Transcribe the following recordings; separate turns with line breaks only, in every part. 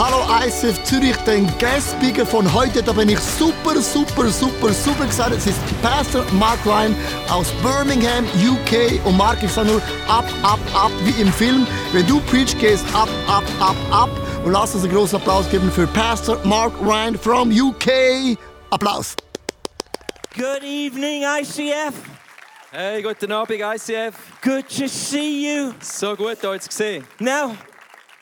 ISF Zürich den Guest-Speaker von heute. Da bin ich super, super, super, super excited. Es ist Pastor Mark Ryan aus Birmingham, UK. Und Mark, ich sage nur ab, ab, ab, wie im Film. Wenn du preach gehst, ab, ab, ab, ab. Und lass uns einen großen Applaus geben für Pastor Mark Ryan from UK. Applaus.
Good evening, ICF.
Hey, guten Abend, ICF.
Good to see you.
So gut, euch zu sehen.
Now,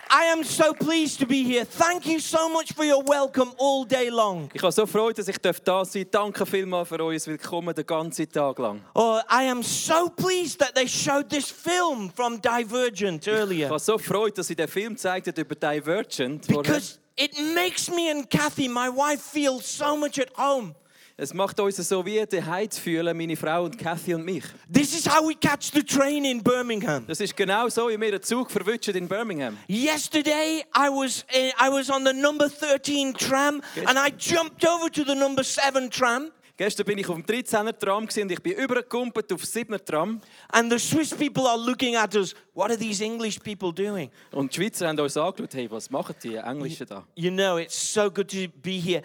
I am so pleased to be here. Thank you so much for your welcome all day long.
Ich habe so Freude, dass ich da sein darf. Danke vielmals für euer Willkommen den ganzen Tag lang.
Oh, I am so pleased that they showed this film from Divergent
Ich
earlier
habe so Freude, dass sie den Film gezeigt hat über Divergent. vorher.
because it makes me and Kathy, my wife, feel so much at home.
Es macht uns so wie daheim zu fühlen, meine Frau und Kathy und mich.
This is how we catch the train in Birmingham.
Das ist genau so, wie wir den Zug verwutschen in Birmingham.
Yesterday, I was eh, I was on the number 13 tram and I jumped over to the number 7 tram.
Gestern bin ich auf dem 13er Tram gewesen und ich bin übergekumpelt auf 7er Tram.
And the Swiss people are looking at us. What are these English people doing?
Und die Schweizer haben uns angeschaut, hey, was machen die Englischen da?
You know, it's so good to be here.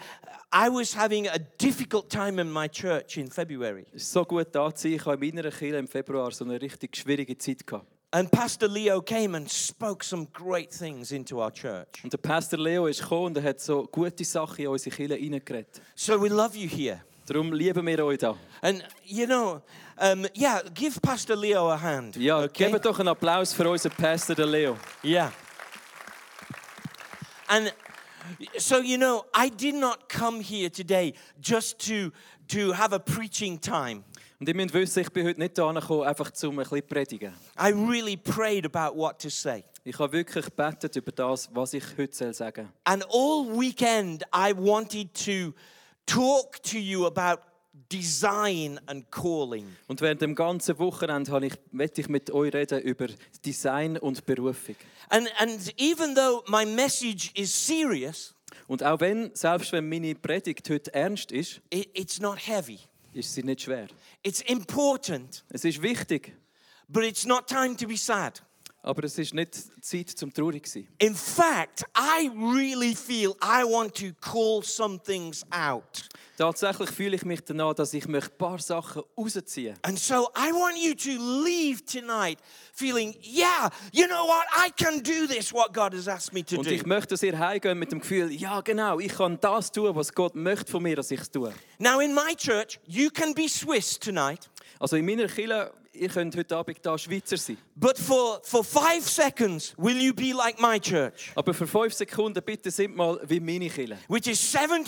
I was having a difficult time in my church in February.
Es ist so gut da zu sein. Ich habe in meiner Kirche im Februar so eine richtig schwierige Zeit gehabt.
And Pastor Leo came and spoke some great things into our church.
Und der Pastor Leo ist gekommen und er hat so gute Sachen in unsere Kirche reingeredet.
So we love you here.
Darum lieben wir euch da.
And, you know, um, yeah, give Pastor Leo a hand.
Ja, gebt doch einen Applaus für unseren Pastor den Leo.
Yeah. And so, you know, I did not come here today just to, to have a preaching time.
Und ihr müsst wissen, ich bin heute nicht hierher gekommen, einfach zum ein bisschen zu predigen.
I really prayed about what to say.
Ich habe wirklich gebetet über das, was ich heute soll sagen soll.
And all weekend, I wanted to talk to you about design and calling.
Und während dem ganzen Wochenende habe ich, möchte ich mit euch reden über Design und Berufung.
And, and even though my message is serious,
Und auch wenn, selbst wenn meine Predigt heute ernst ist,
it, it's not heavy.
ist sie nicht schwer.
It's important,
Es ist wichtig,
but it's not time to be sad.
aber es ist nicht Zeit zum traurig zu sein.
In fact, I really feel I want to call some things out.
Tatsächlich fühle ich mich danach, dass ich möchte ein paar Sachen rausziehen
And so I want you to leave tonight feeling, yeah, you know what? I can do this, what God has asked me to
Und
do.
ich möchte, dass ihr heimgeht mit dem Gefühl, ja genau, ich kann das tun, was Gott möchte von mir, dass ich es tue.
Now, in my church, you can be Swiss tonight,
Also in meiner Kirche, ihr könnt heute Abend da Schweizer sein.
but for, for five seconds, will you be like my church,
Aber für fünf Sekunden bitte sind mal wie meine Kirche.
which is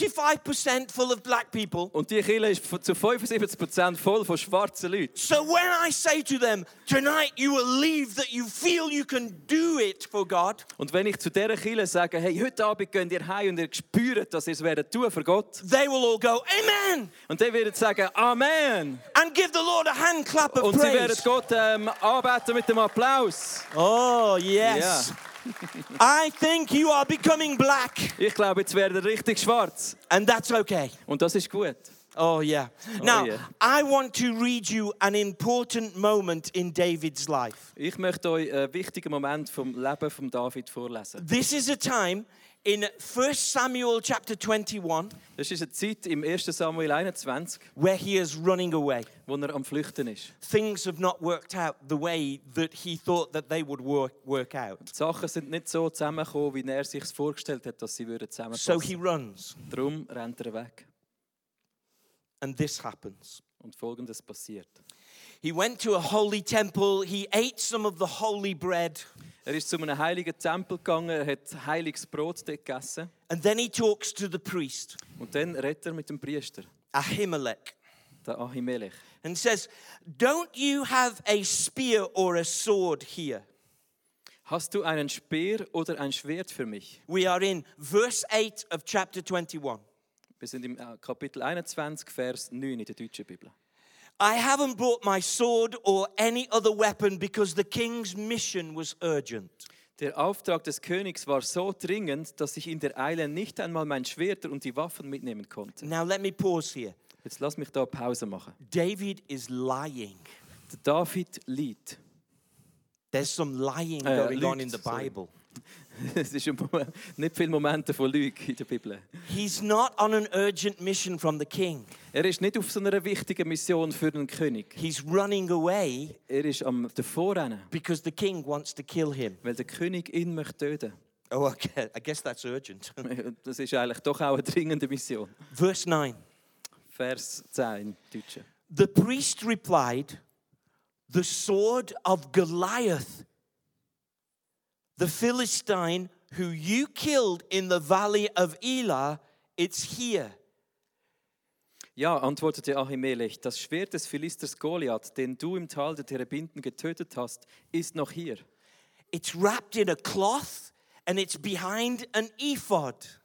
75% full of black people?
Und die Kirche ist von- zu 75% voll von schwarzen Leuten.
So when I say to them, tonight you will leave that you feel you can do it for God,
Und wenn ich zu dieser Kirche sage, hey, heute Abend geht ihr heim und ihr spürt, dass ihr es werdet tun für Gott.
they will all go, Amen,
Und dann werdet ihr sagen, Amen.
and give the Lord a hand clap of
Und sie werden
praise.
Gott ähm, anbeten mit dem Applaus.
Oh, yes. I think you are becoming black,
Ich glaube, jetzt werden ihr richtig schwarz.
and that's okay.
Und das ist gut.
Oh, yeah. Now,
yeah.
I want to read you an important moment in David's life.
Ich möchte euch einen wichtigen Moment vom Leben von David vorlesen.
This is a time in 1 Samuel chapter 21
Das ist eine Zeit im 1. Samuel 21,
where he is running away.
wo er am Flüchten ist.
Things have not worked out the way that he thought that they would work, work out.
Die Sachen sind nicht so zusammengekommen, wie er sich vorgestellt hat, dass sie würden
So
zusammenpassen
he
würden.
runs,
Darum rennt er weg.
and this happens.
Und Folgendes passiert.
He went to a holy temple, he ate some of the holy bread,
Er ist zu einem heiligen Tempel gegangen, er hat heiliges Brot dort gegessen.
and then he talks to the priest,
Und dann redet er mit dem Priester,
Ahimelech.
der Ahimelech.
and says, Don't you have a spear or a sword here?
Hast du einen Speer oder ein Schwert für mich?
We are in verse 8 of chapter 21.
Wir sind im äh, Kapitel 21, Vers 9 in der deutschen Bibel.
I haven't brought my sword or any other weapon because the king's mission was urgent.
Der Auftrag des Königs war so dringend, dass ich in der Eile nicht einmal mein Schwert und die Waffen mitnehmen konnte.
Now, let me pause here.
Jetzt lass mich da Pause machen.
David is lying.
Der David liegt.
There's some lying
Äh,
going on
lügt,
in the
sorry.
Bible.
Es ist ein Mo- nicht viele Momente von Lüge in der Bibel.
He's not on an urgent mission from the king.
Er ist nicht auf so einer wichtigen Mission für einen König.
He's running away
Er ist am Davorrennen,
because the king wants to kill him.
weil der König ihn möchte töten
Oh, okay. I guess that's urgent.
möchte. Das ist eigentlich doch auch eine dringende Mission.
Verse 9.
Vers 10 im Deutschen.
The priest replied, The sword of Goliath, the Philistine who you killed in the valley of Elah, it's here.
Ja, antwortete Ahimelech, das Schwert des Philisters Goliath, den du im Tal der Terebinden getötet hast, ist noch hier.
It's wrapped in a cloth and it's behind an ephod.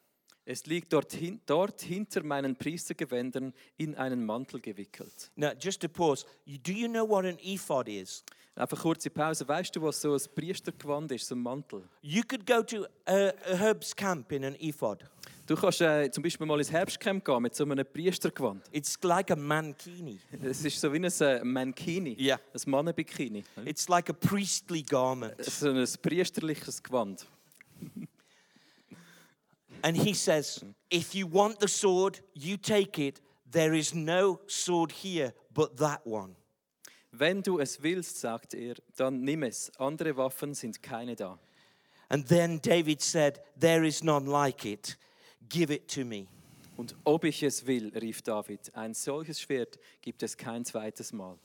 Es liegt dort, hin, dort hinter meinen Priestergewändern in einen Mantel gewickelt.
Now, just to pause, you- do you know what an ephod is?
Einfach kurze Pause. Weißt du, was so ein Priestergewand ist, so ein Mantel?
You could go to uh, Herb's camp in an ephod.
Du kannst äh, zum Beispiel mal ins Herbstcamp gehen mit so einem Priestergewand.
It's like a mankini.
Es ist so wie ein äh, Mankini,
Ja.
ein Mannenbikini.
It's like a priestly garment.
So ein priesterliches Gewand.
And he says, If you want the sword, you take it. There is no sword here but that one.
Wenn du es willst, sagt er, dann nimm es. Andere Waffen sind keine da.
And then David said, There is none like it. Give it to me.
Und ob ich es will, rief David, ein solches Schwert gibt es kein zweites Mal.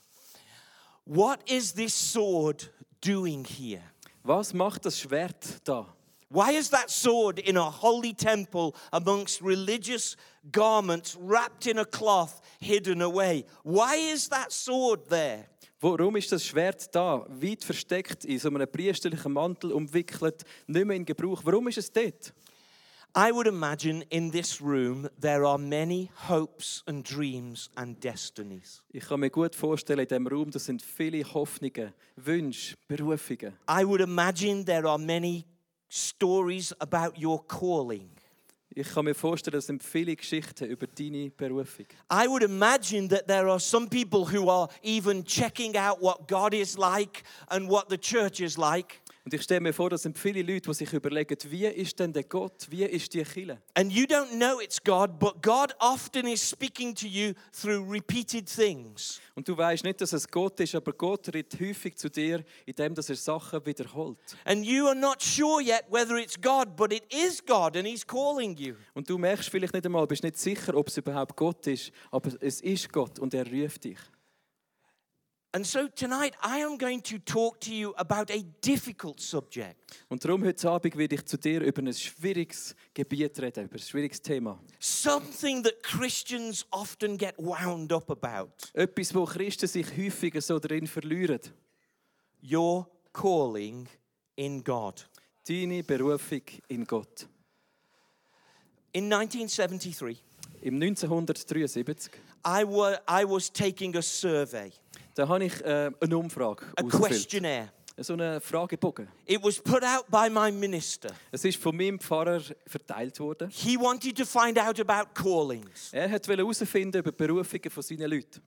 What is this sword doing here?
Was macht das Schwert da?
Why is that sword in a holy temple amongst religious garments wrapped in a cloth hidden away? Why is that sword there?
Warum ist das Schwert da, weit versteckt in so einem priesterlichen Mantel umwickelt, nicht mehr in Gebrauch? Warum ist es dort?
I would imagine in this room there are many hopes and dreams and destinies.
Ich kann mir gut vorstellen, in diesem Raum das sind viele Hoffnungen, Wünsche, Berufungen.
I would imagine there are many stories about your calling.
Ich kann mir vorstellen, das sind viele Geschichten über deine Berufung.
I would imagine that there are some people who are even checking out what God is like and what the church is like.
Und ich stelle mir vor, das sind viele Leute, die sich überlegen, wie ist denn der Gott, wie ist die Kirche?
And you don't know it's God, but God often is speaking to you through repeated things.
Und du weißt nicht, dass es Gott ist, aber Gott redet häufig zu dir, indem dass er Sachen wiederholt.
And you are not sure yet whether it's God, but it is God and He's calling you.
Und du merkst vielleicht nicht einmal, bist nicht sicher, ob es überhaupt Gott ist, aber es ist Gott und er ruft dich.
And so tonight I am going to talk to you about a difficult subject,
Und darum heute Abend werde ich zu dir über ein schwieriges Gebiet reden, über ein schwieriges Thema.
something that Christians often get wound up about.
Etwas, wo Christen sich häufiger so drin verlieren.
your calling in God.
Deine Berufung in Gott.
In 1973,
Im 1973,
I, wa- I was taking a survey,
da habe ich äh, eine Umfrage
a
ausgefüllt.
questionnaire.
So einen Fragebogen.
It was put out by my minister.
Es ist von meinem Pfarrer verteilt worden.
He wanted to find out about callings,
Er wollte herausfinden über die Berufungen von seinen Leuten.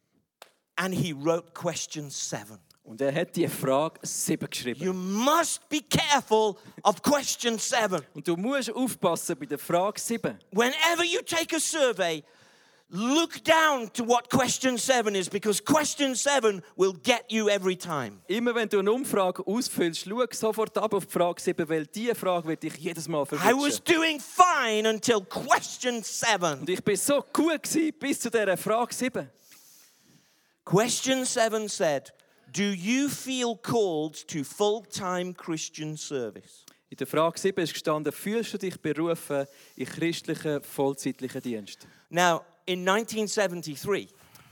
and he wrote question seven.
Und er hat die Frage 7 geschrieben.
You must be careful of question seven.
Und du musst aufpassen bei der Frage 7.
Whenever you take a survey, look down to what question seven is because question seven will get you every time.
Immer wenn du eine Umfrage ausfüllst, schau sofort ab auf die Frage 7, weil diese Frage wird dich jedes Mal
I was
verwirren.
doing fine until question seven.
Und ich war so gut gewesen, bis zu dieser Frage 7.
Question seven said, Do you feel called to full time Christian service?
In der Frage 7 ist gestanden, fühlst du dich berufen in christlichen, vollzeitlichen Dienst?
Now, in 1973,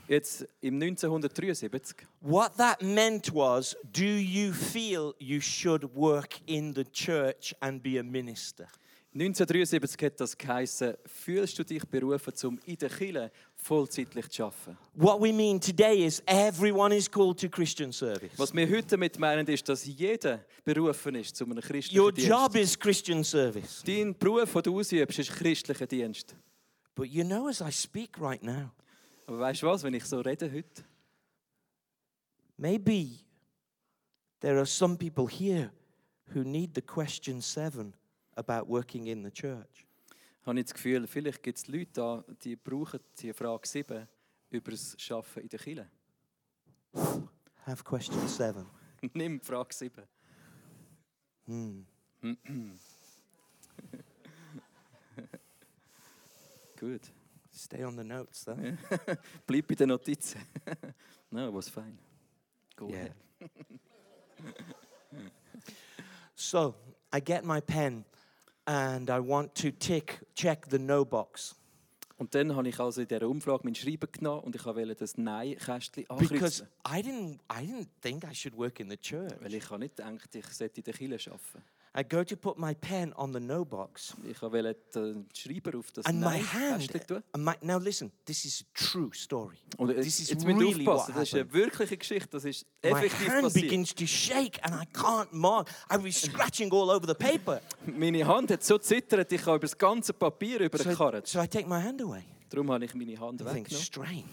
Jetzt im 1973.
what that meant was, Do you feel you should work in the church and be a minister?
1973 hat das geheissen, fühlst du dich berufen, um in der Kirche vollzeitlich zu arbeiten?
What we mean today is everyone is called to Christian service.
Was wir heute damit meinen, ist, dass jeder berufen ist zu einem christlichen
Your
Dienst.
job is Christian service.
Dein Beruf, den du ausübst, ist christlicher Dienst.
But you know, as I speak right now,
Aber weißt du was, wenn ich so rede heute,
Maybe there are some people here who need the question seven about working in the church.
Ich habe jetzt das Gefühl, vielleicht gibt es Leute da, die brauchen die Frage 7 über das Arbeiten in der Kirche.
Have question seven.
Nimm die Frage 7.
Hmm.
Gut.
Stay on the notes, though. Yeah.
Bleib bei den Notizen. no, it was fine. Go ahead.
so I get my pen and I want to tick, check the no box
Und dann habe ich also in dieser Umfrage mein Schreiben genommen und ich wollte das Nein-Kästchen
because
ankreuzen.
I didn't, I didn't think I should work in the church.
Weil ich habe nicht gedacht, ich sollte in der Kirche arbeiten.
I go to put my pen on the no box
Ich wollte den Schreiber auf das
and my hand.
Nein-Kästchen tun.
and my- now listen, this is a true story.
Und
this
jetzt,
is
jetzt müsst ihr
really what
aufpassen, das ist eine
happened.
wirkliche Geschichte, das ist
My
effektiv
hand
passiert.
begins to shake and I can't mark. I was scratching all over the paper.
Meine Hand hat so zittert, ich habe über das ganze Papier
So,
übergekarrt.
so I take my hand away.
Darum habe ich meine Hand
I think
weggenommen
strange.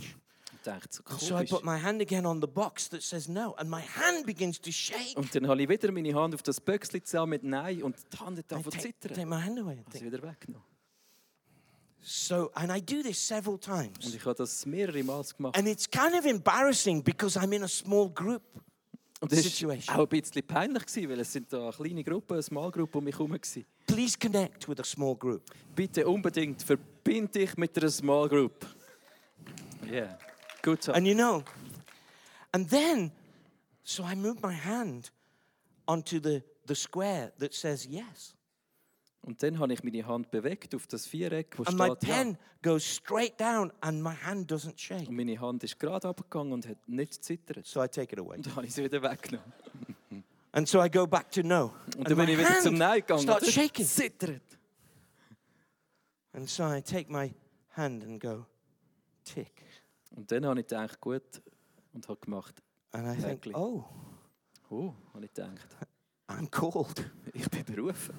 und dachte, so
So I
komisch.
put my hand again on the box that says no, and my hand begins to shake.
Und dann habe ich wieder meine Hand auf das Böckchen zusammen mit Nein und die Hand hat
I
davon
take,
zittern.
take my hand away. and
Habe sie
think,
wieder weggenommen.
so, and I do this several
Und
times.
ich habe das mehrere Mal gemacht.
And it's kind of embarrassing because I'm in a small group.
Und das war
Situation.
auch ein bisschen peinlich, gewesen, weil es sind da kleine Gruppen, eine Small Group um mich herum. gewesen.
Please connect with a small group.
Bitte unbedingt verbind dich mit einer Small Group. Yeah, gut so.
And you know, and then, so I move my hand onto the, the square that says yes.
Und dann habe ich meine Hand bewegt auf das Viereck, wo
And my
steht ja.
pen goes straight down and my hand doesn't shake.
Und meine Hand ist gerade abgegangen und hat nicht zittert.
So I take it away.
Und dann habe ich sie wieder weggenommen.
And so I go back to no.
Und
and
dann bin ich wieder zum Nein gegangen.
starts
und
shaking.
Zittert.
And so I take my hand and go tick.
Und dann habe ich gedacht, gut, und habe gemacht.
And I think,
Exactly.
oh,
Oh, habe ich gedacht,
I'm called.
ich bin berufen.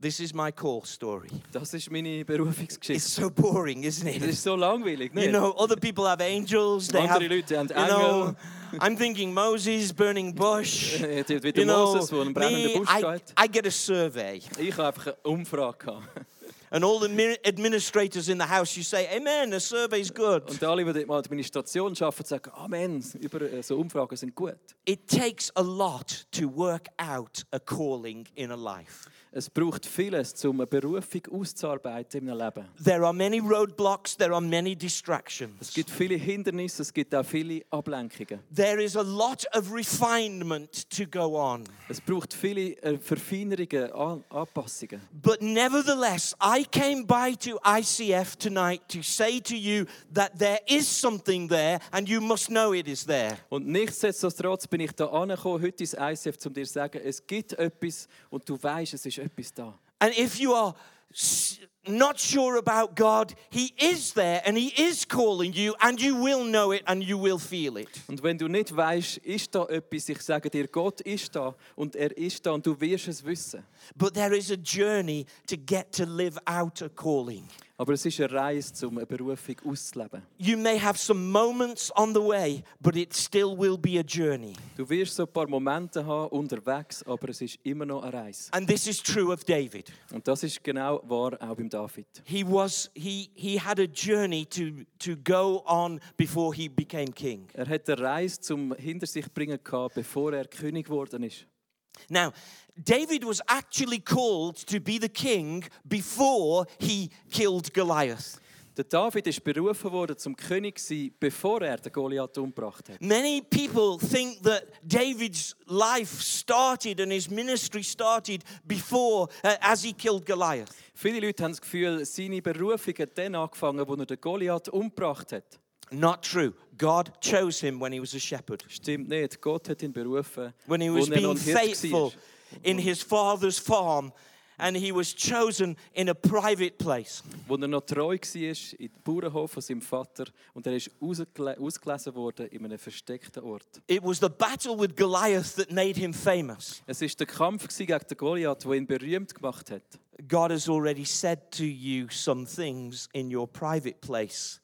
This is my call story.
Das ist meine
It's
Berufungsgeschichte.
so boring, isn't
Das
it?
ist so langweilig, nicht?
You know, other people have angels. They have,
Andere
you
Leute haben
know,
Engel.
I'm thinking Moses burning bush.
Äh, dort wieder
You know,
Moses, der einen brennenden
me,
Busch
I,
steht.
I get a survey,
Ich habe einfach eine Umfrage gehabt.
and all the mi- administrators in the house, you say, "Amen." The survey's good.
Und alle, die dort mal Administration arbeiten, sagen, Amen, über äh, so Umfragen sind gut.
It takes a lot to work out a calling in a life.
Es braucht vieles, um eine Berufung auszuarbeiten im Leben.
There are many roadblocks. There are many distractions.
Es gibt viele Hindernisse, es gibt auch viele Ablenkungen.
There is a lot of refinement to go on.
Es braucht viele äh, Verfeinerungen, An Anpassungen.
But nevertheless, I came by to ICF tonight to say to you that there is something there and you must know it is there.
Und nichtsdestotrotz bin ich da angekommen, heute ins ICF, um dir zu sagen, es gibt etwas und du weißt, es ist etwas da.
And if you are s- not sure about God, He is there and He is calling you, and you will know it and you will feel it.
Und wenn du nicht weißt, ist da etwas, ich sage dir, Gott ist da und er ist da und du wirst es wissen.
But there is a journey to get to live out a calling.
Aber es ist eine Reise, um eine Berufung auszuleben.
You may have some moments on the way, but it still will be a journey.
Du wirst so ein paar Momente haben unterwegs, aber es ist immer noch eine Reise.
And this is true of David.
Und das ist genau wahr auch beim David.
He was he he had a journey to to go on before he became king.
Er hat eine Reise zum hinter sich bringen gehabt, bevor er König geworden ist.
Now, David was actually called to be the king before he killed Goliath.
Der David ist berufen worden zum König zu sein, bevor er den Goliath umgebracht hat.
Many people think that David's life started and his ministry started before uh, as he killed Goliath.
Viele Leute haben das Gefühl, seine Berufung hat dann angefangen, wo er den Goliath umgebracht hat.
Not true. God chose him when he was a shepherd.
Stimmt nicht. Gott hat ihn berufen,
when he
wo
was
er noch
being
ein Hirte
faithful
war.
in his father's farm and he was chosen in a private place.
wo er noch treu war im Bauernhof von seinem Vater und er ist ausgele- ausgelesen worden in einem versteckten Ort.
It was the battle with Goliath that made him famous.
Es war der Kampf gewesen gegen den Goliath, der ihn berühmt gemacht hat.
God has already said to you some things in your private place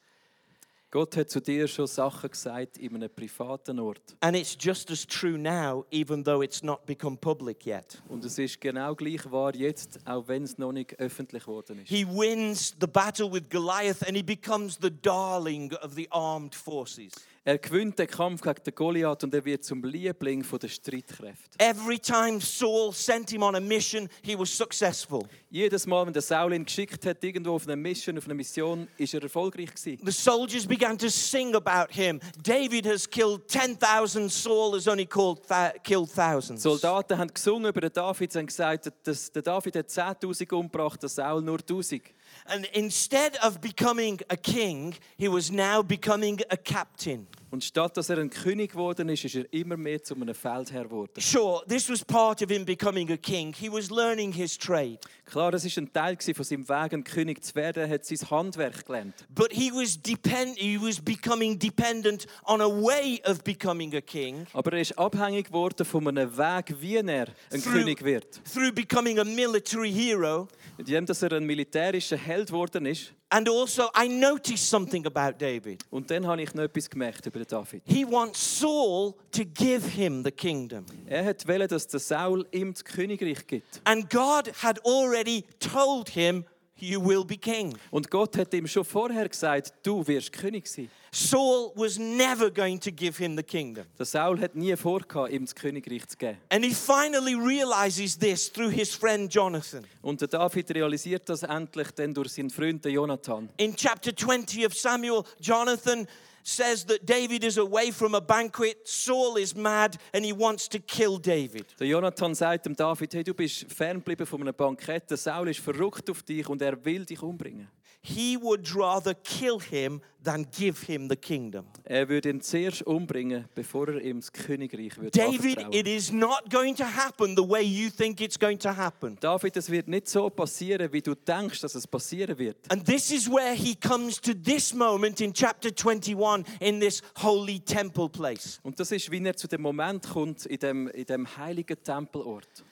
Gott hat zu dir schon Sachen gesagt in einem privaten Ort.
And it's just as true now, even though it's not become public yet.
Und es ist genau gleich wahr jetzt, auch wenn es noch nicht öffentlich geworden ist.
He wins the battle with Goliath and he becomes the darling of the armed forces.
Er gewinnt den Kampf gegen den Goliath und er wird zum Liebling von der Streitkräfte.
Every time Saul sent him on a mission, he was successful.
Jedes Mal, wenn der Saul ihn geschickt hat, irgendwo auf eine Mission, auf eine Mission, ist er erfolgreich gewesen.
The soldiers began to sing about him. David has killed 10,000, Saul has only called thou- killed
Die
thousands.
Soldaten haben gesungen über den David und gesagt, dass der David hat 10.000 umgebracht, der Saul nur 1.000.
And instead of becoming a king, he was now becoming a captain.
Und statt dass er ein König geworden ist, ist er immer mehr zu einem Feldherr geworden.
Sure, this was part of him becoming a king. He was learning his trade.
Klar, das ist ein Teil gewesen von seinem Weg, ein König zu werden. Er hat sein Handwerk gelernt.
But he was depend- he was becoming dependent on a way of becoming a king
Aber er ist abhängig geworden von einem Weg, wie er ein
Through-
König wird.
through becoming a military hero.
Indem, dass er ein militärischer Held geworden ist.
And also, I noticed something about David.
Und dann habe ich noch etwas gemerkt über den David.
He wants Saul to give him the kingdom.
Er hat wollen, dass der Saul ihm das Königreich gibt.
And God had already told him, You will be king.
Und Gott hat ihm schon vorher gesagt, du wirst König sein.
Saul was never going to give him the kingdom.
Der Saul hat nie vorgehabt, ihm das Königreich zu geben.
And he finally realizes this through his friend Jonathan.
Und der David realisiert das endlich dann durch seinen Freund den Jonathan.
In chapter 20 of Samuel, Jonathan says that David is away from a banquet, Saul is mad, and he wants to kill David.
Der Jonathan sagt dem David, hey, du bist ferngeblieben von einem Bankett. Der Saul ist verrückt auf dich und er will dich umbringen.
He would rather kill him than give him the kingdom.
Er würde ihn zuerst umbringen, bevor er ihm das Königreich würde
David,
anvertrauen.
it is not going to happen the way you think it's going to happen.
David, es wird nicht so passieren, wie du denkst, dass es passieren wird.
And this is where he comes to this moment in chapter 21 in this holy temple place.
Und das ist, wie er zu dem Moment kommt in dem, in dem heiligen Tempelort.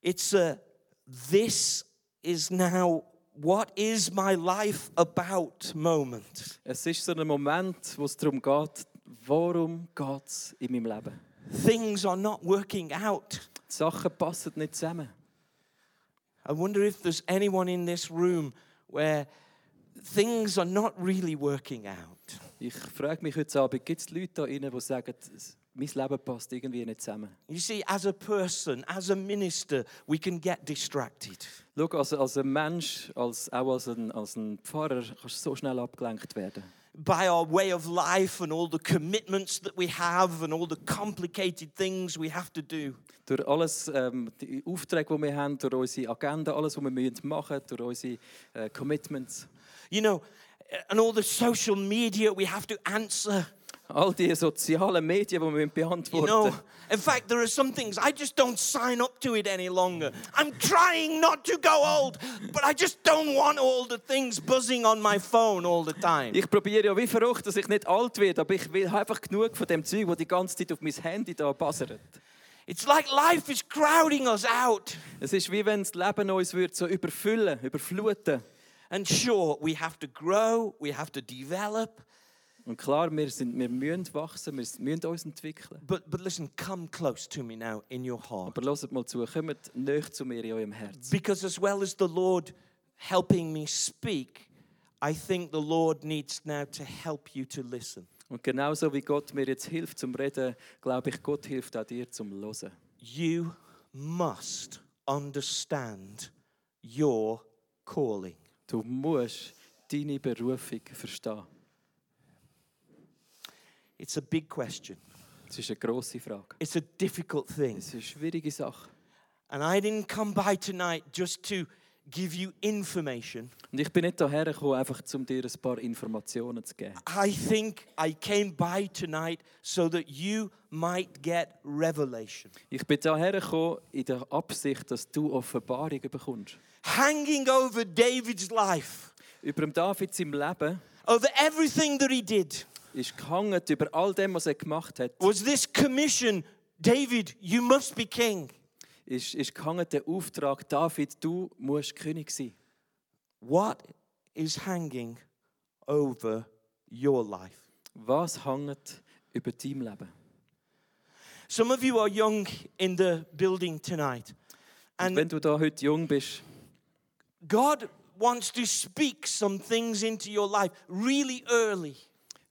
It's a this is now what is my life about moment.
Es ist so ein Moment, wo es darum geht, warum geht es in meinem Leben?
things are not working out.
Die Sachen passen nicht zusammen.
I wonder if there's anyone in this room where things are not really working out.
Ich frage mich heute Abend, gibt es Leute da drinnen, die sagen, es- mein Leben passt irgendwie nicht zusammen?
You see, as a person, as a minister, we can get distracted.
Schau, als, als ein Mensch, als, auch als ein, als ein Pfarrer, kannst du so schnell abgelenkt werden.
By our way of life and all the commitments that we have and all the complicated things we have to do.
Durch alles, ähm, die Aufträge, die wir haben, durch unsere Agenda, alles, was wir müssen machen durch unsere äh, Commitments.
You know, and all the social media we have to answer.
All die sozialen Medien, die wir müssen
You
beantworten
know, in fact, there are some things I just don't sign up to it any longer. I'm trying not to go old, but I just don't want all the things buzzing on my phone all the time.
Ich probiere ja wie verrückt, dass ich nicht alt werde, aber ich will einfach genug von dem Zeug, das die ganze Zeit auf mein Handy da passiert.
It's like life is crowding us out.
Es ist wie wenn das Leben uns würde so überfüllen, überfluten.
And sure, we have to grow, we have to develop,
Und klar, wir, sind, wir müssen wachsen, wir müssen uns entwickeln.
but, but listen, come close to me now in your heart.
Aber hört mal zu, kommt näher zu mir in eurem Herz.
Because as well as the Lord helping me speak, I think the Lord needs now to help you to listen.
Und genauso wie Gott mir jetzt hilft zum Reden, glaube ich, Gott hilft auch dir zum Hören.
you must understand your calling.
Du musst deine Berufung verstehen.
It's a big question.
Das ist eine grosse Frage.
It's a difficult thing.
Es ist eine schwierige Sache.
And I didn't come by tonight just to give you information.
Und ich bin nicht hierher gekommen, einfach um dir ein paar Informationen zu geben.
I think I came by tonight so that you might get revelation.
Ich bin hierher gekommen in der Absicht, dass du Offenbarung bekommst.
Hanging over David's life,
Über dem David im Leben
over everything that he did,
ist gehangen über all dem, was er gemacht hat.
was this commission David, you must be king.
Ist, ist gehangen der Auftrag, David, du musst König sein.
What is hanging over your life?
Was hängt über deinem Leben?
Some of you are young in the building tonight,
Und
and
wenn du da heute jung bist,
God wants to speak some things into your life really early.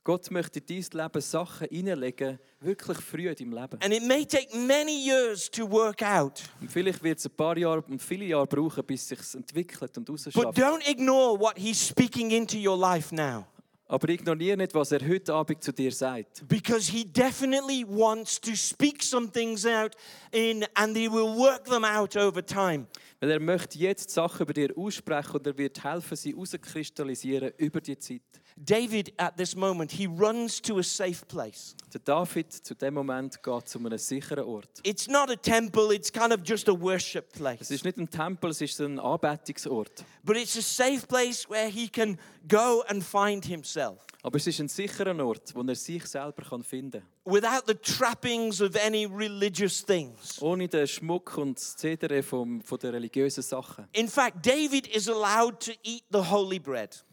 Gott möchte in dein Leben Sachen hineinlegen, wirklich früh in deinem Leben.
And it may take many years to work out,
Und vielleicht wird es ein paar Jahre und viele Jahre brauchen, bis es sich entwickelt und
but
rausschafft.
don't ignore what He's speaking into your life now,
Aber ignoriere nicht, was er heute Abend zu dir sagt.
because He definitely wants to speak some things out in, and He will work them out over time.
Weil er möchte jetzt Sachen über dir aussprechen und er wird helfen, sie herauskristallisieren über die Zeit.
David, at this moment, he runs to a safe place.
Der David zu dem Moment geht zu einem sicheren Ort.
It's not a temple, it's kind of just a worship
Es
place.
ist nicht ein Tempel, es ist ein Anbetungsort.
But it's a safe place where he can go and find himself
Aber es ist ein sicherer Ort, wo er sich selber kann finden kann.
without the trappings of any religious things.
Ohne den Schmuck und das Zedere vom, von den religiösen Sachen.
In fact, David is allowed to eat the holy bread.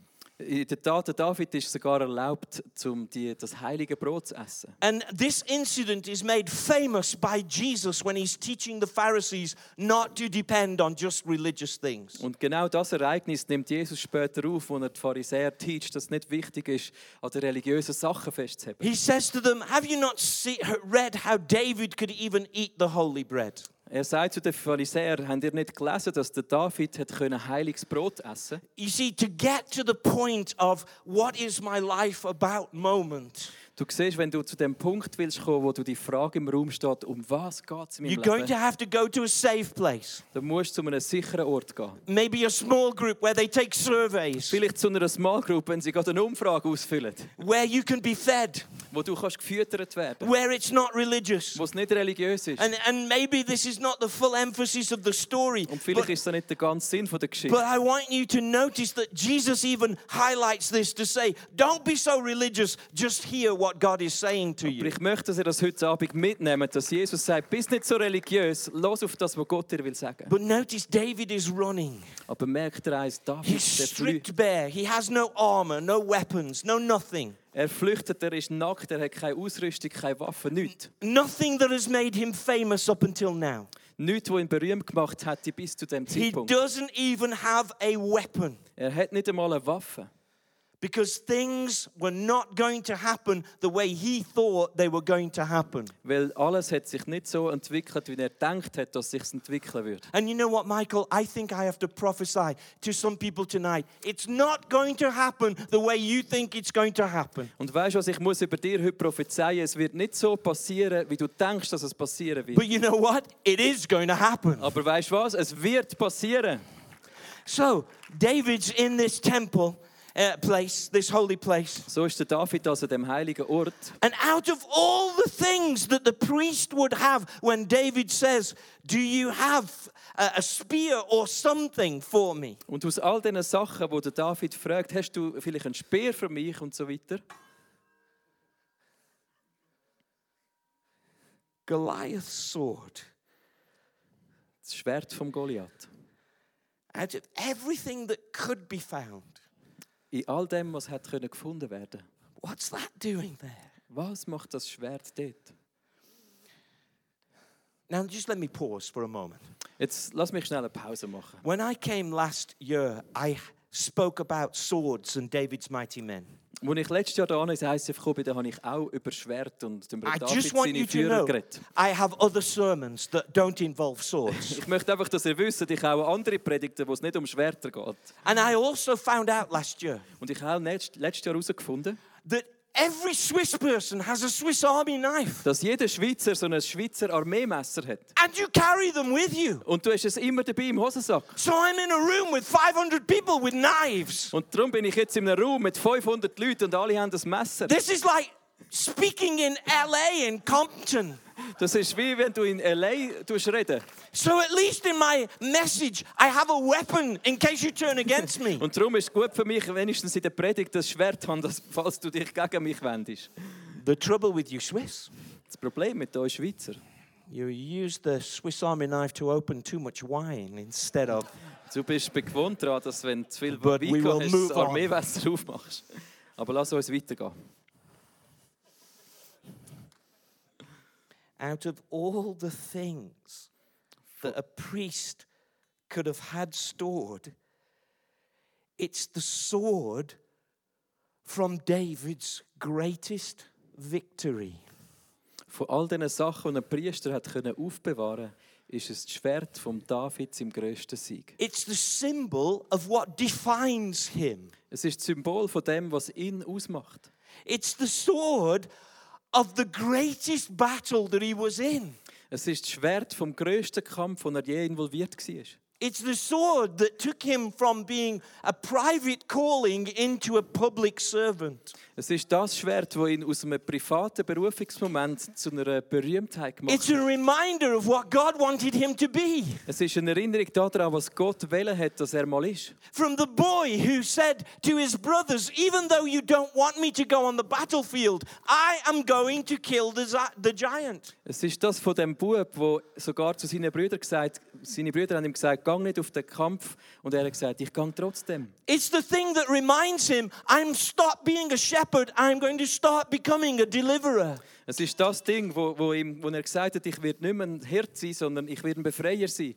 In der Tat, der David ist sogar erlaubt, um die, das heilige Brot zu essen.
And this incident is made famous by Jesus when he's teaching the Pharisees not to depend on just religious things.
Und genau das Ereignis nimmt Jesus später auf, wo er die Pharisäer teacht, dass es nicht wichtig ist, an den religiösen Sachen festzuhalten.
He says to them, Have you not see, read how David could even eat the holy bread?
Er sagt zu den Pharisäern, habt ihr nicht gelesen, dass der David hat können heiliges Brot essen
You see, to get to the point of what is my life about moment,
Du siehst, wenn du zu dem Punkt willst kommen, wo du die Frage im Raum steht, um was geht es in meinem
you're going to
Leben,
have to go to a safe place.
dann musst du zu einem sicheren Ort gehen.
Maybe a small group where they take surveys,
Vielleicht zu einer Small Group, wenn sie gerade eine Umfrage ausfüllen,
where you can be fed,
wo du kannst gefüttert werden
where it's not religious.
wo es nicht religiös ist.
And, and maybe this is not the full emphasis of the story.
Und vielleicht
But,
ist das nicht der ganze Sinn von der Geschichte.
but I want you to notice that Jesus even highlights this to say, don't be so religious, just hear what God is saying to
Aber
you.
ich möchte, dass ihr das heute Abend mitnehmt, dass Jesus sagt, bist nicht so religiös, los auf das, was Gott dir will sagen.
But notice David is running.
Aber merkt ihr eins, David,
He's
der flüchtet.
stripped bare. He has no armor, no weapons, no nothing.
er flüchtet, er ist nackt, er hat keine Ausrüstung, keine Waffe, nichts.
Nothing that has made him famous up until now.
Nichts, was ihn berühmt gemacht hätte bis zu dem
He
Zeitpunkt.
doesn't even have a weapon
Er hat nicht einmal eine Waffe,
because things were not going to happen the way he thought they were going to happen.
weil alles hat sich nicht so entwickelt, wie er gedacht hat, dass es sich entwickeln würde.
And you know what, Michael? I think I have to prophesy to some people tonight. It's not going to happen the way you think it's going to happen.
Und weißt du was, ich muss über dir heute prophezeien, es wird nicht so passieren, wie du denkst, dass es passieren wird.
But you know what? It is going to happen.
Aber weißt du was, es wird passieren.
So, David's in this temple uh, place, this holy place.
So ist der David also dem heiligen Ort.
And out of all the things that the priest would have, when David says, Do you have a, a spear or something for me?
Und aus all diesen Sachen, wo der David fragt, hast du vielleicht einen Speer für mich und so weiter,
Goliath's sword.
das Schwert vom Goliath.
Out of everything that could be found,
In all dem, was hat können gefunden werden.
what's that doing there?
Was macht das Schwert dort?
Now, just let me pause for a moment.
Jetzt lass mich schnell eine Pause machen.
When I came last year, I spoke about swords and David's mighty men.
Als ich letztes Jahr hier ins ICF gekommen bin, da habe ich auch über Schwert und über
I
David
just want you
seine
to
Führer
know
geredet.
I have other sermons that don't involve swords.
Ich möchte einfach, dass ihr wisst, ich habe auch andere Predigten, wo es nicht um Schwerter geht.
and I also found out last year
Und ich habe letzt- letztes Jahr herausgefunden,
that every Swiss person has a Swiss army knife
dass jeder Schweizer so ein Schweizer Armeemesser hat.
and you carry them with you.
Und du hast es immer dabei im Hosensack.
So I'm in a room with 500 people with knives.
Und darum bin ich jetzt in einem Raum mit 500 Leuten und alle haben das Messer.
This is like speaking in LA in Compton.
Das ist wie wenn du in LA tust reden.
So at least in my message, I have a weapon in case you turn against me.
Und darum ist es gut für mich, wenigstens in der Predigt das Schwert haben, dass, falls du dich gegen mich wendest.
The trouble with you Swiss,
Das Problem mit euch Schweizer.
you use the Swiss Army knife to open too much wine instead of.
Du bist bequem daran, dass wenn du zu viel
But we
Wein
will
hast,
move
das Armeewässer aufmachst. Aber lass uns weitergehen.
Out of all the things that a priest could have had stored, it's the sword from David's greatest victory.
Von all diesen Sachen, die ein Priester hat können aufbewahren ist es das Schwert von David im grössten Sieg.
It's the symbol of what defines him.
Es ist das Symbol von dem, was ihn ausmacht.
It's the sword of the greatest battle that he was in.
Es ist das Schwert vom grössten Kampf, in den er je involviert war.
It's the sword that took him from being a private calling into a public servant.
Es ist das Schwert, das ihn aus einem privaten Berufungsmoment zu einer Berühmtheit gemacht
It's
hat.
a reminder of what God wanted him to be.
Es ist eine Erinnerung daran, was Gott wählen hat, dass er mal ist.
From the boy who said to his brothers, Even though you don't want me to go on the battlefield, I am going to kill the, zi- the giant.
Es ist das von dem Bub, wo sogar zu seinen Brüdern gesagt, seine Brüder haben ihm gesagt, gang nicht auf den Kampf, und er hat gesagt, ich gang trotzdem.
It's the thing that reminds him, I'm stop being a shepherd, I'm going to start becoming a deliverer.
Es ist das Ding, wo, wo, ihm, wo er gesagt hat, ich werde nicht mehr ein Hirt sein, sondern ich werde ein Befreier sein.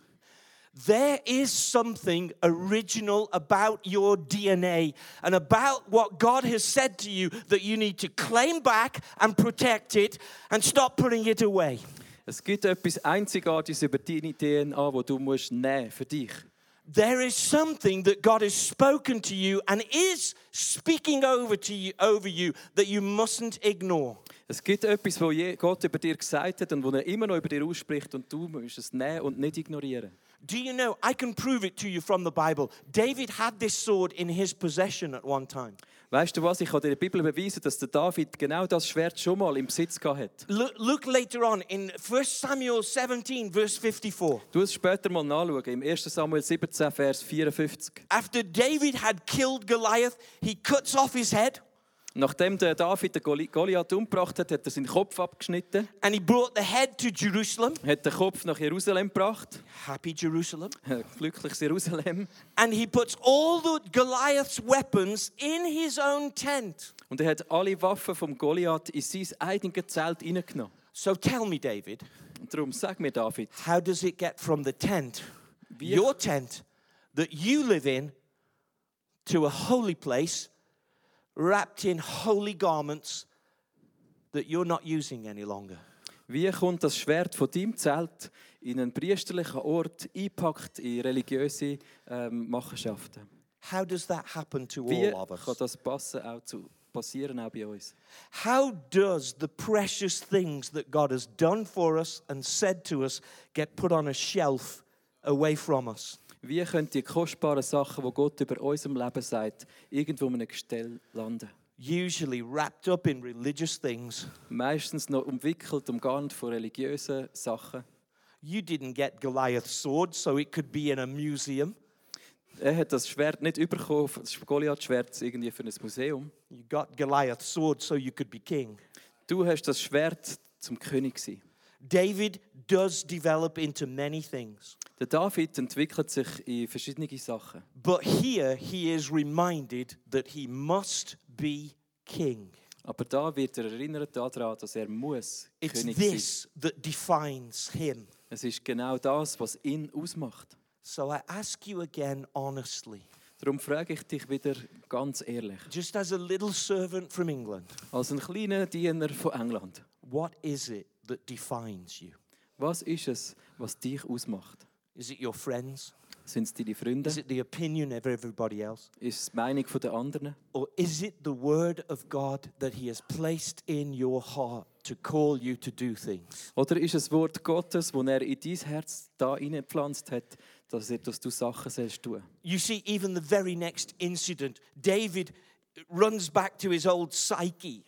There is something original about your DNA and about what God has said to you that you need to claim back and protect it and stop putting it away.
Es gibt etwas Einzigartiges über deine DNA, wo du musst nehmen für dich.
There is something that God has spoken to you and is speaking over to you over you that you mustn't ignore.
Es gibt etwas, wo je- Gott über dir gesagt hat und wo er immer noch über dir ausspricht und du musst es nehmen und nicht ignorieren.
Do you know? I can prove it to you from the Bible. David had this sword in his possession at one time.
Weißt du was? Ich kann dir in der Bibel beweisen, dass der David genau das Schwert schon mal im Besitz gehabt hat.
Look, look later on in 1 Samuel 17, verse 54.
Du musst später mal nachschauen, im 1. Samuel 17, Vers 54.
After David had killed Goliath, he cuts off his head
Nachdem der David den Goli- Goliath umgebracht hat, hat er seinen Kopf abgeschnitten,
and he brought the head to Jerusalem.
hat den Kopf nach Jerusalem gebracht,
Happy Jerusalem.
glückliches Jerusalem,
And he puts all the Goliath's weapons in his own tent.
und er hat alle Waffen vom Goliath in sein eigenes Zelt hineingenommen.
So tell me, David,
Und darum sag mir, David,
how does it get from the tent,
Wir-
your tent that you live in, to a holy place wrapped in holy garments that you're not using any longer?
Wie kommt das Schwert von deinem Zelt in einen priesterlichen Ort eingepackt in religiöse ähm, Machenschaften?
How does that happen to
Wie
all of us?
kann das passen auch zu, passieren auch bei uns?
How does the precious things that God has done for us and said to us get put on a shelf away from us?
Wie können die kostbaren Sachen, die Gott über unserem Leben sagt, irgendwo in einem Gestell landen?
Usually wrapped up in religious things.
Meistens noch umwickelt, umgarnt von religiösen Sachen.
You didn't get Goliath's sword, so it could be in a museum.
Er hat das Schwert nicht bekommen, das Goliath-Schwert irgendwie für ein Museum.
You got Goliath's sword so you could be king.
Du hast das Schwert zum König sein.
David does develop into many things,
Der David entwickelt sich in verschiedene Sachen.
but here he is reminded that he must be king.
Aber da wird er erinnert daran, dass er muss
It's
König sein.
this that defines him.
Es ist genau das, was ihn ausmacht.
So I ask you again honestly,
Darum frage ich dich wieder ganz ehrlich,
just as a little servant from England,
als ein kleiner Diener von England,
what is it that defines you?
was ist es, was dich ausmacht?
Is it your friends?
Sind es deine
Is
Freunde?
it the opinion of everybody else?
Ist es die Meinung der anderen?
Or is it the word of God that He has placed in your heart to call you to do things?
Oder ist es das Wort Gottes, das er in dein Herz da hineingepflanzt hat, dass, er, dass du Sachen sollst tun?
You see, even the very next incident, David runs back to his old psyche.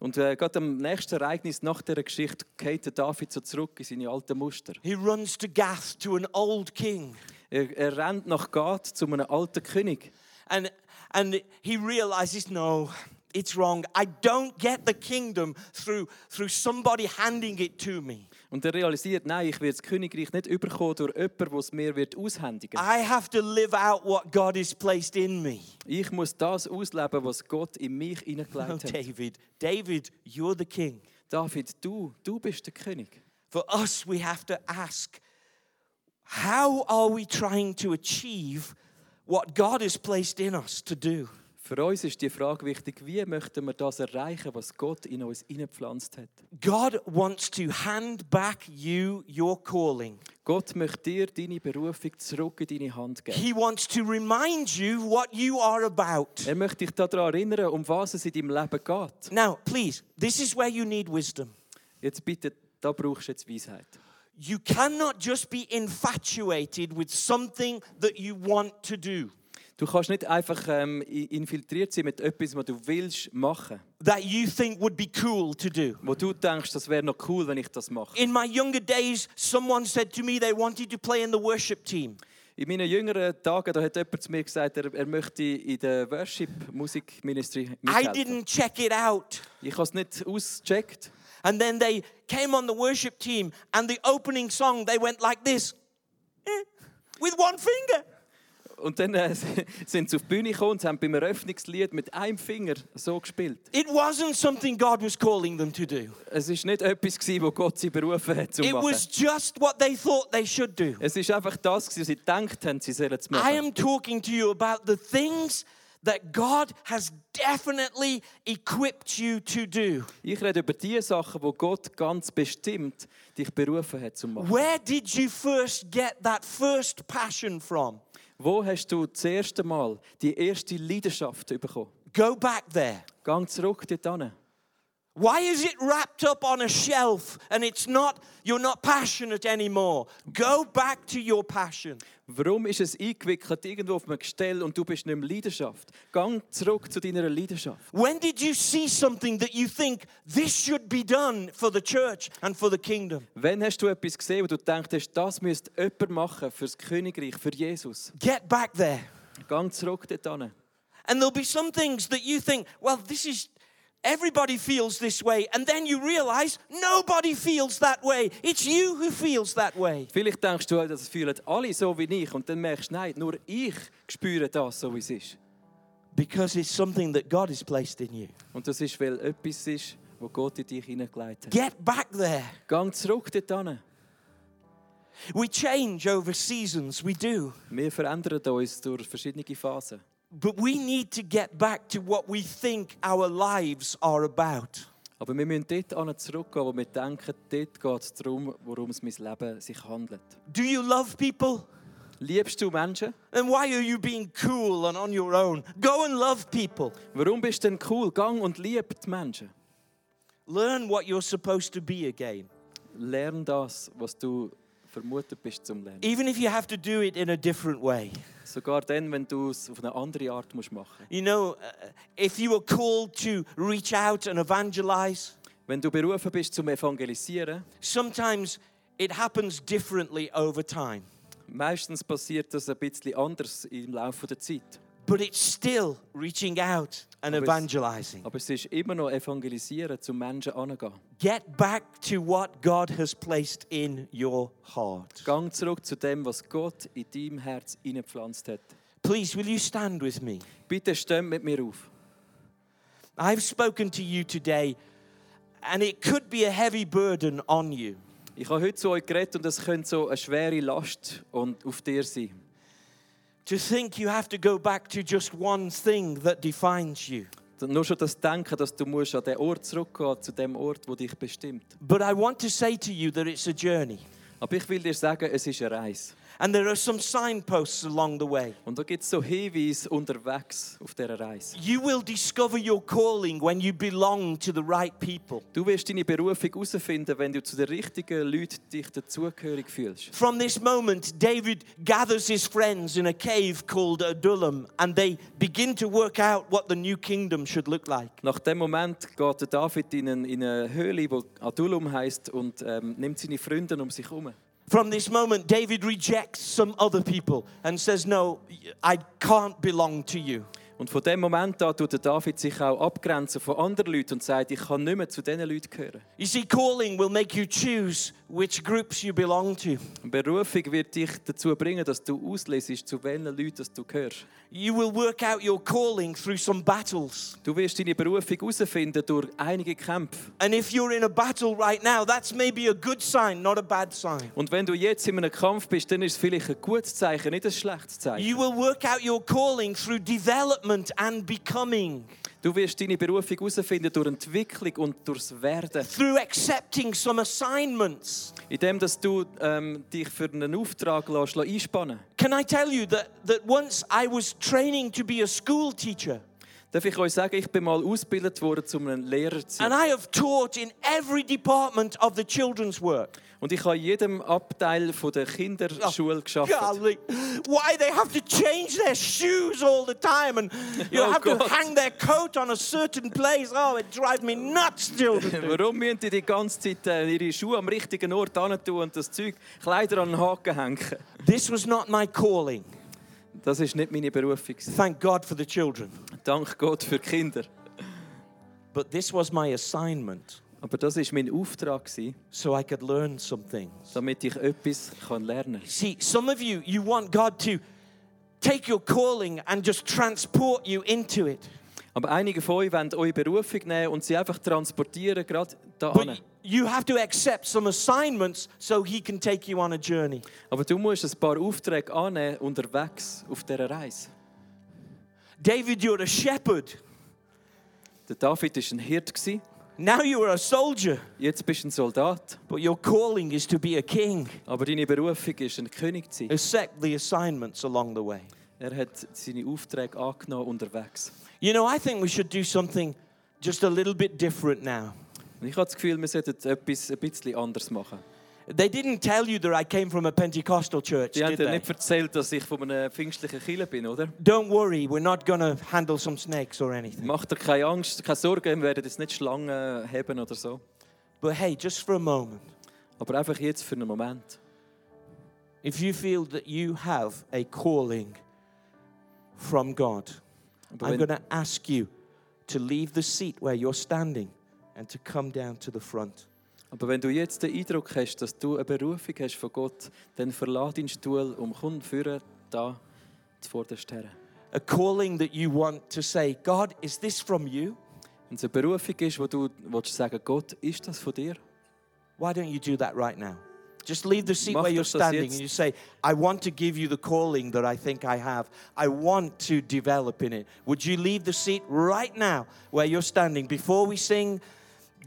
Und äh, gerade am nächsten Ereignis nach dieser Geschichte geht der David so zurück in seine alten Muster.
He runs to Gath, to an old king.
Er, er rennt nach Gad zu einem alten König.
And and he realizes, no, it's wrong. I don't get the kingdom through through somebody handing it to me.
Und er realisiert, nein, ich werde das Königreich nicht überkommen durch jemanden, der es mir wird aushändigen
I have to live out what God has placed in me.
Ich muss das ausleben, was Gott in mich
Oh,
hineingelegt hat.
David, David, you're the king.
David, du, du bist der König.
For us, we have to ask how are we trying to achieve what God has placed in us to do?
Für uns ist die Frage wichtig, wie möchten wir das erreichen, was Gott in uns hineingepflanzt hat.
God wants to hand back you your calling.
Gott möchte dir deine Berufung zurück in deine Hand geben.
He wants to remind you what you are about.
Er möchte dich daran erinnern, um was es in deinem Leben geht.
Now, please, this is where you need wisdom.
Jetzt bitte, da brauchst du jetzt Weisheit.
You cannot just be infatuated with something that you want to do,
Du kannst nicht einfach ähm, i- infiltriert sein mit etwas, was du willst machen.
that you think would be cool to do.
Wo du denkst, das wäre noch cool, wenn ich das mache.
In my younger days, someone said to me they wanted to play in the worship team.
In meinen jüngeren Tagen da hat jemand zu mir gesagt, er, er möchte in der Worship Music Ministry
I
mithelfen.
didn't check it out.
Ich habe es nicht ausgecheckt.
And then they came on the worship team, and the opening song, they went like this eh, with one finger.
Und dann äh, sind sie auf die Bühne gekommen und haben beim Eröffnungslied mit einem Finger so gespielt.
It wasn't something God was calling them to do,
Es ist nicht etwas, gewesen, wo Gott sie berufen hat zu
it
machen.
was just what they thought they should do.
Es ist einfach das, gewesen, was sie gedacht haben, sie sollen es
I
machen.
am talking to you about the things that God has definitely equipped you to do.
Ich rede über die Sachen, wo Gott ganz bestimmt dich berufen hat zu machen.
Where did you first get that first passion from?
Wo hast du das erste Mal die erste Leidenschaft bekommen?
Go back there.
Gang zurück dorthin.
Why is it wrapped up on a shelf and it's not, you're not passionate anymore? Go back to your passion.
Warum ist es eingewickelt irgendwo auf einem Gestell und du bist nicht mehr Leidenschaft? Gang zurück zu deiner Leidenschaft.
When did you see something that you think this should be done for the church and for the kingdom?
Wann hast du etwas gesehen, wo du denkst, das müsste jemand machen für das Königreich, für Jesus?
Get back there.
Gang zurück dorthin.
And there'll be some things that you think, well, this is, everybody feels this way. And then you realize nobody feels that way. It's you who feels that way.
Vielleicht denkst du, das fühlen alle so wie ich und dann merkst du, nein, nur ich spüre das, so wie es ist.
Because it's something that God has placed in you.
Und das ist, weil etwas ist, wo Gott in dich hineingelegt hat.
Get back there.
Gang zurück dorthin.
We change over seasons, we do.
Wir verändern uns durch verschiedene Phasen.
But we need to get back to what we think our lives are about.
Aber wir müssen dort hin zurückgehen, wo wir denken, dort geht es darum, worum es mein Leben sich handelt.
Do you love people?
Liebst du Menschen?
Then why are you being cool and on your own? Go and love people.
Warum bist du denn cool? Gang und lieb die Menschen.
Learn what you're supposed to be again.
Lern das, was du vermutet bist zum Lernen.
Even if you have to do it in a different way.
Sogar dann, wenn du es auf eine andere Art musst machen musst.
You know, uh, if you are called to reach out and evangelize,
Wenn du berufen bist zum Evangelisieren,
sometimes it happens differently over time,
meistens passiert das ein bisschen anders im Laufe der Zeit.
but it's still reaching out and
Aber es-
evangelizing.
Aber es ist immer noch Evangelisieren, zum Menschen angehen.
Get back to what God has placed in your heart.
Gang zurück zu dem, was Gott in deinem Herz hineingepflanzt hat.
Please, will you stand with me?
Bitte steh mit mir auf.
I've spoken to you today, and it could be a heavy burden on you.
Ich habe heute zu euch geredet und es könnte so eine schwere Last und auf dir sein.
To think you have to go back to just one thing that defines you.
Nur schon das Denken, dass du musst an den Ort zurückgehen zu dem Ort, wo dich bestimmt.
But I want to say to you that it's a journey.
Aber ich will dir sagen, es ist eine Reise.
And there are some signposts along the way.
Und da gibt es so Hinweise unterwegs auf dieser Reise.
You will discover your calling when you belong to the right people.
Du wirst deine Berufung herausfinden, wenn du zu den richtigen Leuten dich dazugehörig fühlst.
From this moment, David gathers his friends in a cave called Adullam and they begin to work out what the new kingdom should look like.
Nach dem Moment geht der David in eine, in eine Höhle, die Adullam heißt, und ähm, nimmt seine Freunde um sich herum.
From this moment, David rejects some other people and says, No, I can't belong to you.
Und von dem Moment an tut der David sich auch abgrenzen von anderen Leuten und sagt, ich kann nicht mehr zu diesen Leuten gehören.
You see, calling will make you choose which groups you belong to.
Und Berufung wird dich dazu bringen, dass du auslesest, zu welchen Leuten dass du gehörst.
You will work out your calling through some battles.
Du wirst deine Berufung herausfinden durch einige Kämpfe.
And if you're in a battle right now, that's maybe a good sign, not a bad sign.
Und wenn du jetzt in einem Kampf bist, dann ist es vielleicht ein gutes Zeichen, nicht ein schlechtes Zeichen.
You will work out your calling through development and becoming,
Du wirst deine Berufung herausfinden durch Entwicklung und durchs Werden.
through accepting some assignments.
Indem dass du ähm, dich für einen Auftrag lässt, lässt einspannen
Can I tell you that, that once I was training to be a school teacher,
Darf ich euch sagen, ich bin mal ausgebildet worden, um ein Lehrer zu
and
sein.
I have taught in every department of the children's work. Oh,
Und ich habe in jedem Abteil von der
Ah,
Kinderschule geschafft.
Golly, why they have to change their shoes all the time and you
Oh,
have
God.
to hang their coat on a certain place. Oh, it drives me nuts, children.
Warum müssen die die ganze Zeit äh, ihre Schuhe am richtigen Ort hin tun und das Zeug, Kleider an den Haken hängen?
This was not my calling.
Das ist nicht meine Berufung. gewesen.
Thank God for the children.
Dank Gott für die Kinder.
But this was my assignment
Aber das war mein Auftrag, gewesen,
so I could learn some things.
damit ich etwas kann lernen kann.
See, some of you, you want God to take your calling and just transport you into it.
Aber einige von euch wollen eure Berufung nehmen und sie einfach transportieren, gerade
But
hierhin.
you have to accept some assignments so He can take you on a journey.
Aber du musst ein paar Aufträge annehmen unterwegs auf dieser Reise.
David, you're a shepherd.
Der David war ein Hirt, gewesen,
Now you are a soldier,
jetzt bist du ein Soldat,
but your calling is to be a king.
aber deine Berufung ist, ein König zu sein.
Accept the assignments along the way.
Er hat seine Aufträge angenommen unterwegs.
You know, I think we should do something just a little bit different now.
Und ich habe das Gefühl, wir sollten etwas ein bisschen anders machen.
They didn't tell you that I came from a Pentecostal church,
Die haben
did
dir
they?
nicht erzählt, dass ich von einem pfingstlichen Killer bin, oder?
Don't worry, we're not going to handle some snakes or anything.
Mach dir keine Angst, keine Sorgen, wir werden jetzt nicht Schlangen haben oder so.
But hey, just for a moment,
Aber einfach jetzt für einen Moment.
if you feel that you have a calling from God,
Aber
I'm
wenn,
going to ask you to leave the seat where you're standing and to come down to the front.
aber wenn du jetzt den Eindruck hast, dass du eine Berufung hast von Gott, dann verlass deinen Stuhl und komm führen da zuvorderst her.
A calling that you want to say, God, is this from you?
Wenn es eine Berufung ist, wo du willst sagen Gott, ist das von dir?
Why don't you do that right now? Just leave the seat
Mach
where you're
das, was
standing and
jetzt-
you say, I want to give you the calling that I think I have. I want to develop in it. Would you leave the seat right now where you're standing before we sing,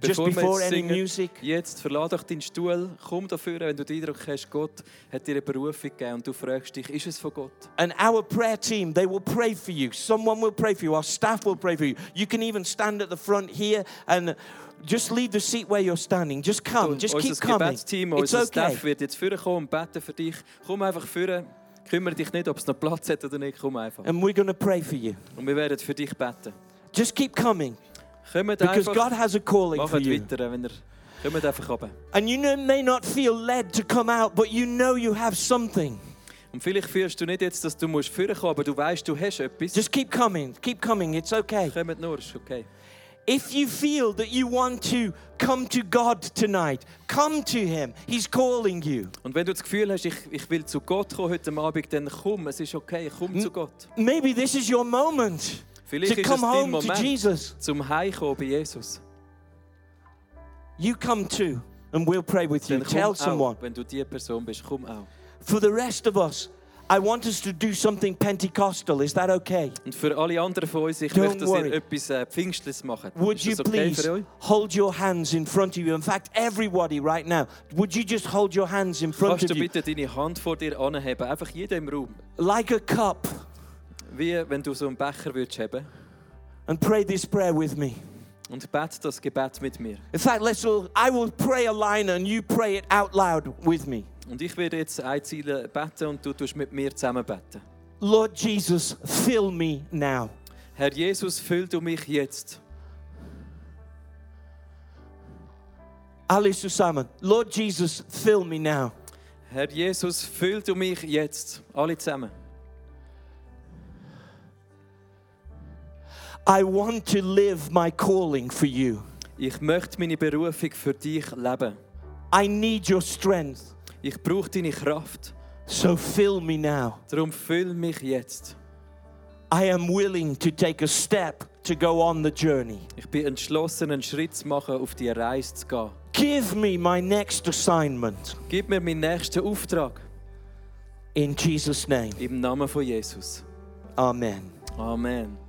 just
Bevor wir
before
jetzt
any
singen,
music?
Jetzt verlass doch deinen Stuhl, komm dafür, wenn du den Eindruck hast, Gott hat dir eine Berufung gegeben und du fragst dich, ist es von Gott?
And our prayer team, they will pray for you. Someone will pray for you. Our staff will pray for you. You can even stand at the front here and just leave the seat where you're standing. Just come. Just keep
unser
coming.
Gebetsteam,
It's
unser
okay.
Staff wird jetzt führen kommen und beten für dich. Komm einfach führen, kümmere dich nicht, ob es noch Platz hat oder nicht, komm einfach.
And we're going to pray for you.
Und wir werden für dich beten.
Just keep coming
Kommt
because
einfach,
God has a calling for
macht
you.
weiter, wenn ihr... Kommt einfach runter.
And you know, may not feel led to come out, but you know you have something.
Und vielleicht fühlst du nicht jetzt, dass du musst führen kommen, aber du weißt, du hast etwas.
Just keep coming. Keep coming. It's okay.
Kommt nur, ist okay.
If you feel that you want to come to God tonight, come to Him. He's calling you.
Und wenn du das Gefühl hast, ich, ich will zu Gott kommen heute Abend, dann komm, es ist okay, komm zu Gott.
Maybe this is your moment
Vielleicht
to
ist
Hm? come
es dein
home to
Moment,
Jesus.
zum Heimkommen bei Jesus.
You come too, and we'll pray with you.
Dann
Tell
komm
someone.
auch, wenn du die Person bist, komm auch.
For the rest of us, I want us to do something Pentecostal. Is that okay?
Und für alle anderen von uns, ich
Don't
möchte, dass
worry.
ihr etwas äh, Pfingstliches macht.
Would
ist
you
das okay
please
für euch?
hold your hands in front of you? In fact, everybody right now, would you just hold your hands in front
Kannst
of
du
you
bitte deine Hand vor dir anheben, einfach jeder im Raum.
like a cup
Wie wenn du so einen Becher würdest haben
and pray this prayer with me?
und bete das Gebet mit mir.
In fact, let's all, I will pray a line and you pray it out loud with me.
Und ich werde jetzt ein Ziel beten und du tust mit mir zusammen beten.
Lord Jesus, fill me now.
Herr Jesus, füll du mich jetzt.
Alle zusammen. Lord Jesus, fill me now.
Herr Jesus, füll du mich jetzt, alle zusammen.
I want to live my calling for you.
Ich möchte meine Berufung für dich leben.
I need your strength.
Ich brauche deine Kraft.
So fill me now.
Darum füll mich jetzt.
I am willing to take a step to go on the journey.
Ich bin entschlossen, einen Schritt zu machen, auf die Reise zu gehen.
Give me my next assignment
Gib mir meinen nächsten Auftrag.
in Jesus' name.
Im Namen von Jesus.
Amen.
Amen.